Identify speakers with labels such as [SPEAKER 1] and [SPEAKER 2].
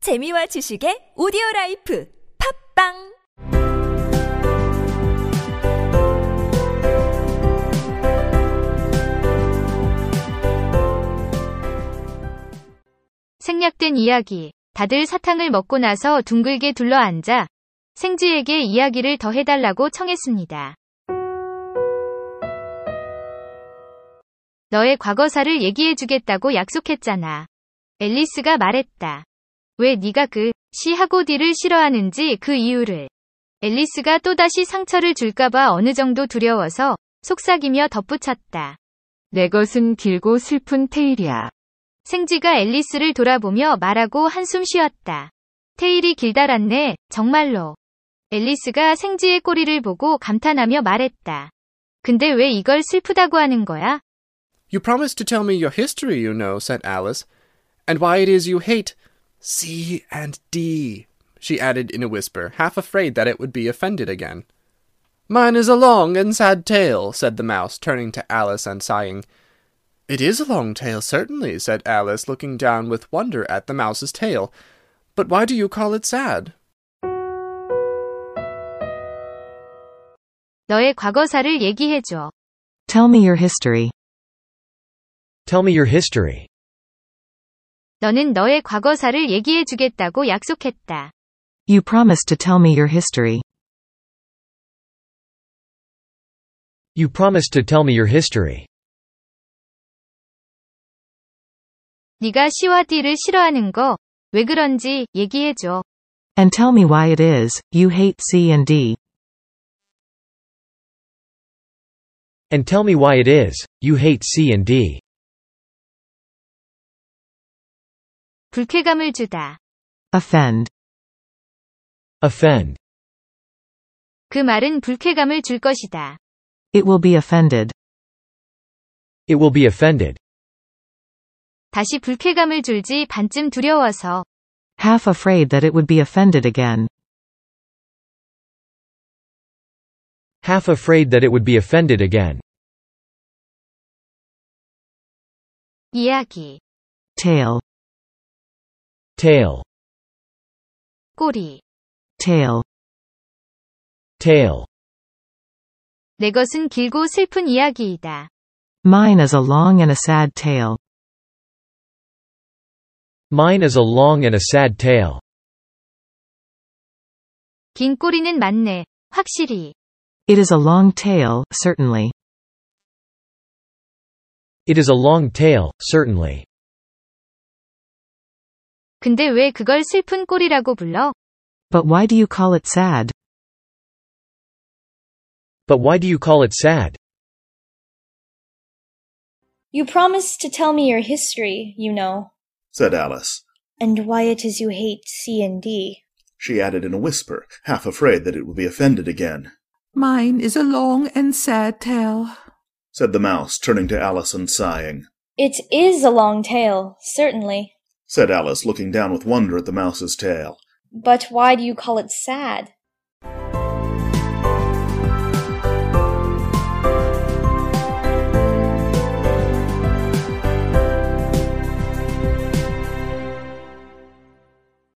[SPEAKER 1] 재미와 지식의 오디오 라이프 팝빵
[SPEAKER 2] 생략된 이야기. 다들 사탕을 먹고 나서 둥글게 둘러앉아 생지에게 이야기를 더 해달라고 청했습니다. 너의 과거사를 얘기해주겠다고 약속했잖아. 앨리스가 말했다. 왜 네가 그 시하고 디를 싫어하는지 그 이유를. 앨리스가 또다시 상처를 줄까봐 어느 정도 두려워서 속삭이며 덧붙였다.
[SPEAKER 3] 내 것은 길고 슬픈 테일이야.
[SPEAKER 2] 생지가 앨리스를 돌아보며 말하고 한숨 쉬었다. 테일이 길다랗네, 정말로. 앨리스가 생지의 꼬리를 보고 감탄하며 말했다. 근데 왜 이걸 슬프다고 하는 거야?
[SPEAKER 4] You promised to tell me your history, you know, said Alice, and why it is you hate C and D, she added in a whisper, half afraid that it would be offended again. Mine is a long and sad tale, said the mouse, turning to Alice and sighing. It is a long tale, certainly, said Alice, looking down with wonder at the mouse's tail. But why do you call it sad?
[SPEAKER 2] 너의 과거사를 얘기해줘.
[SPEAKER 3] Tell me your history.
[SPEAKER 5] Tell me your history.
[SPEAKER 2] 너는 너의 과거사를 얘기해주겠다고 약속했다.
[SPEAKER 3] You promised to tell me your history.
[SPEAKER 5] You promised to tell me your history.
[SPEAKER 2] 네가 C와 D를 싫어하는 거, 왜 그런지 얘기해줘.
[SPEAKER 3] And tell me why it is you hate C and D.
[SPEAKER 5] And tell me why it is you hate C and D.
[SPEAKER 2] 불쾌감을 주다.
[SPEAKER 3] Offend.
[SPEAKER 5] Offend.
[SPEAKER 2] 그 말은 불쾌감을 줄 것이다.
[SPEAKER 3] It will be offended.
[SPEAKER 5] It will be offended.
[SPEAKER 2] 다시 불쾌감을 줄지 반쯤 두려워서.
[SPEAKER 3] Half afraid that it would be offended again.
[SPEAKER 5] Half afraid that it would be offended again.
[SPEAKER 2] 이야기,
[SPEAKER 3] Tail.
[SPEAKER 5] Tail.
[SPEAKER 2] 꼬리,
[SPEAKER 3] Tail.
[SPEAKER 5] Tail.
[SPEAKER 2] 내 것은 길고 슬픈 이야기이다.
[SPEAKER 3] Mine is a long and a sad tale.
[SPEAKER 5] Mine is a long and a sad tale.
[SPEAKER 2] 긴 꼬리는 맞네, 확실히.
[SPEAKER 3] It is a long tale, certainly.
[SPEAKER 5] It is a long tale, certainly.
[SPEAKER 2] 근데 왜 그걸 슬픈 꼬리라고 불러?
[SPEAKER 3] But why do you call it sad?
[SPEAKER 5] But why do you call it sad?
[SPEAKER 6] You promised to tell me your history, you know,
[SPEAKER 7] said Alice.
[SPEAKER 6] and why it is you hate C and D.
[SPEAKER 7] She added in a whisper, half afraid that it would be offended again.
[SPEAKER 8] Mine is a long and sad tale.
[SPEAKER 7] Said the mouse, turning to Alice and sighing.
[SPEAKER 6] It is a long tale, certainly,
[SPEAKER 7] Said Alice, looking down with wonder at the mouse's tail.
[SPEAKER 6] but why do you call it sad?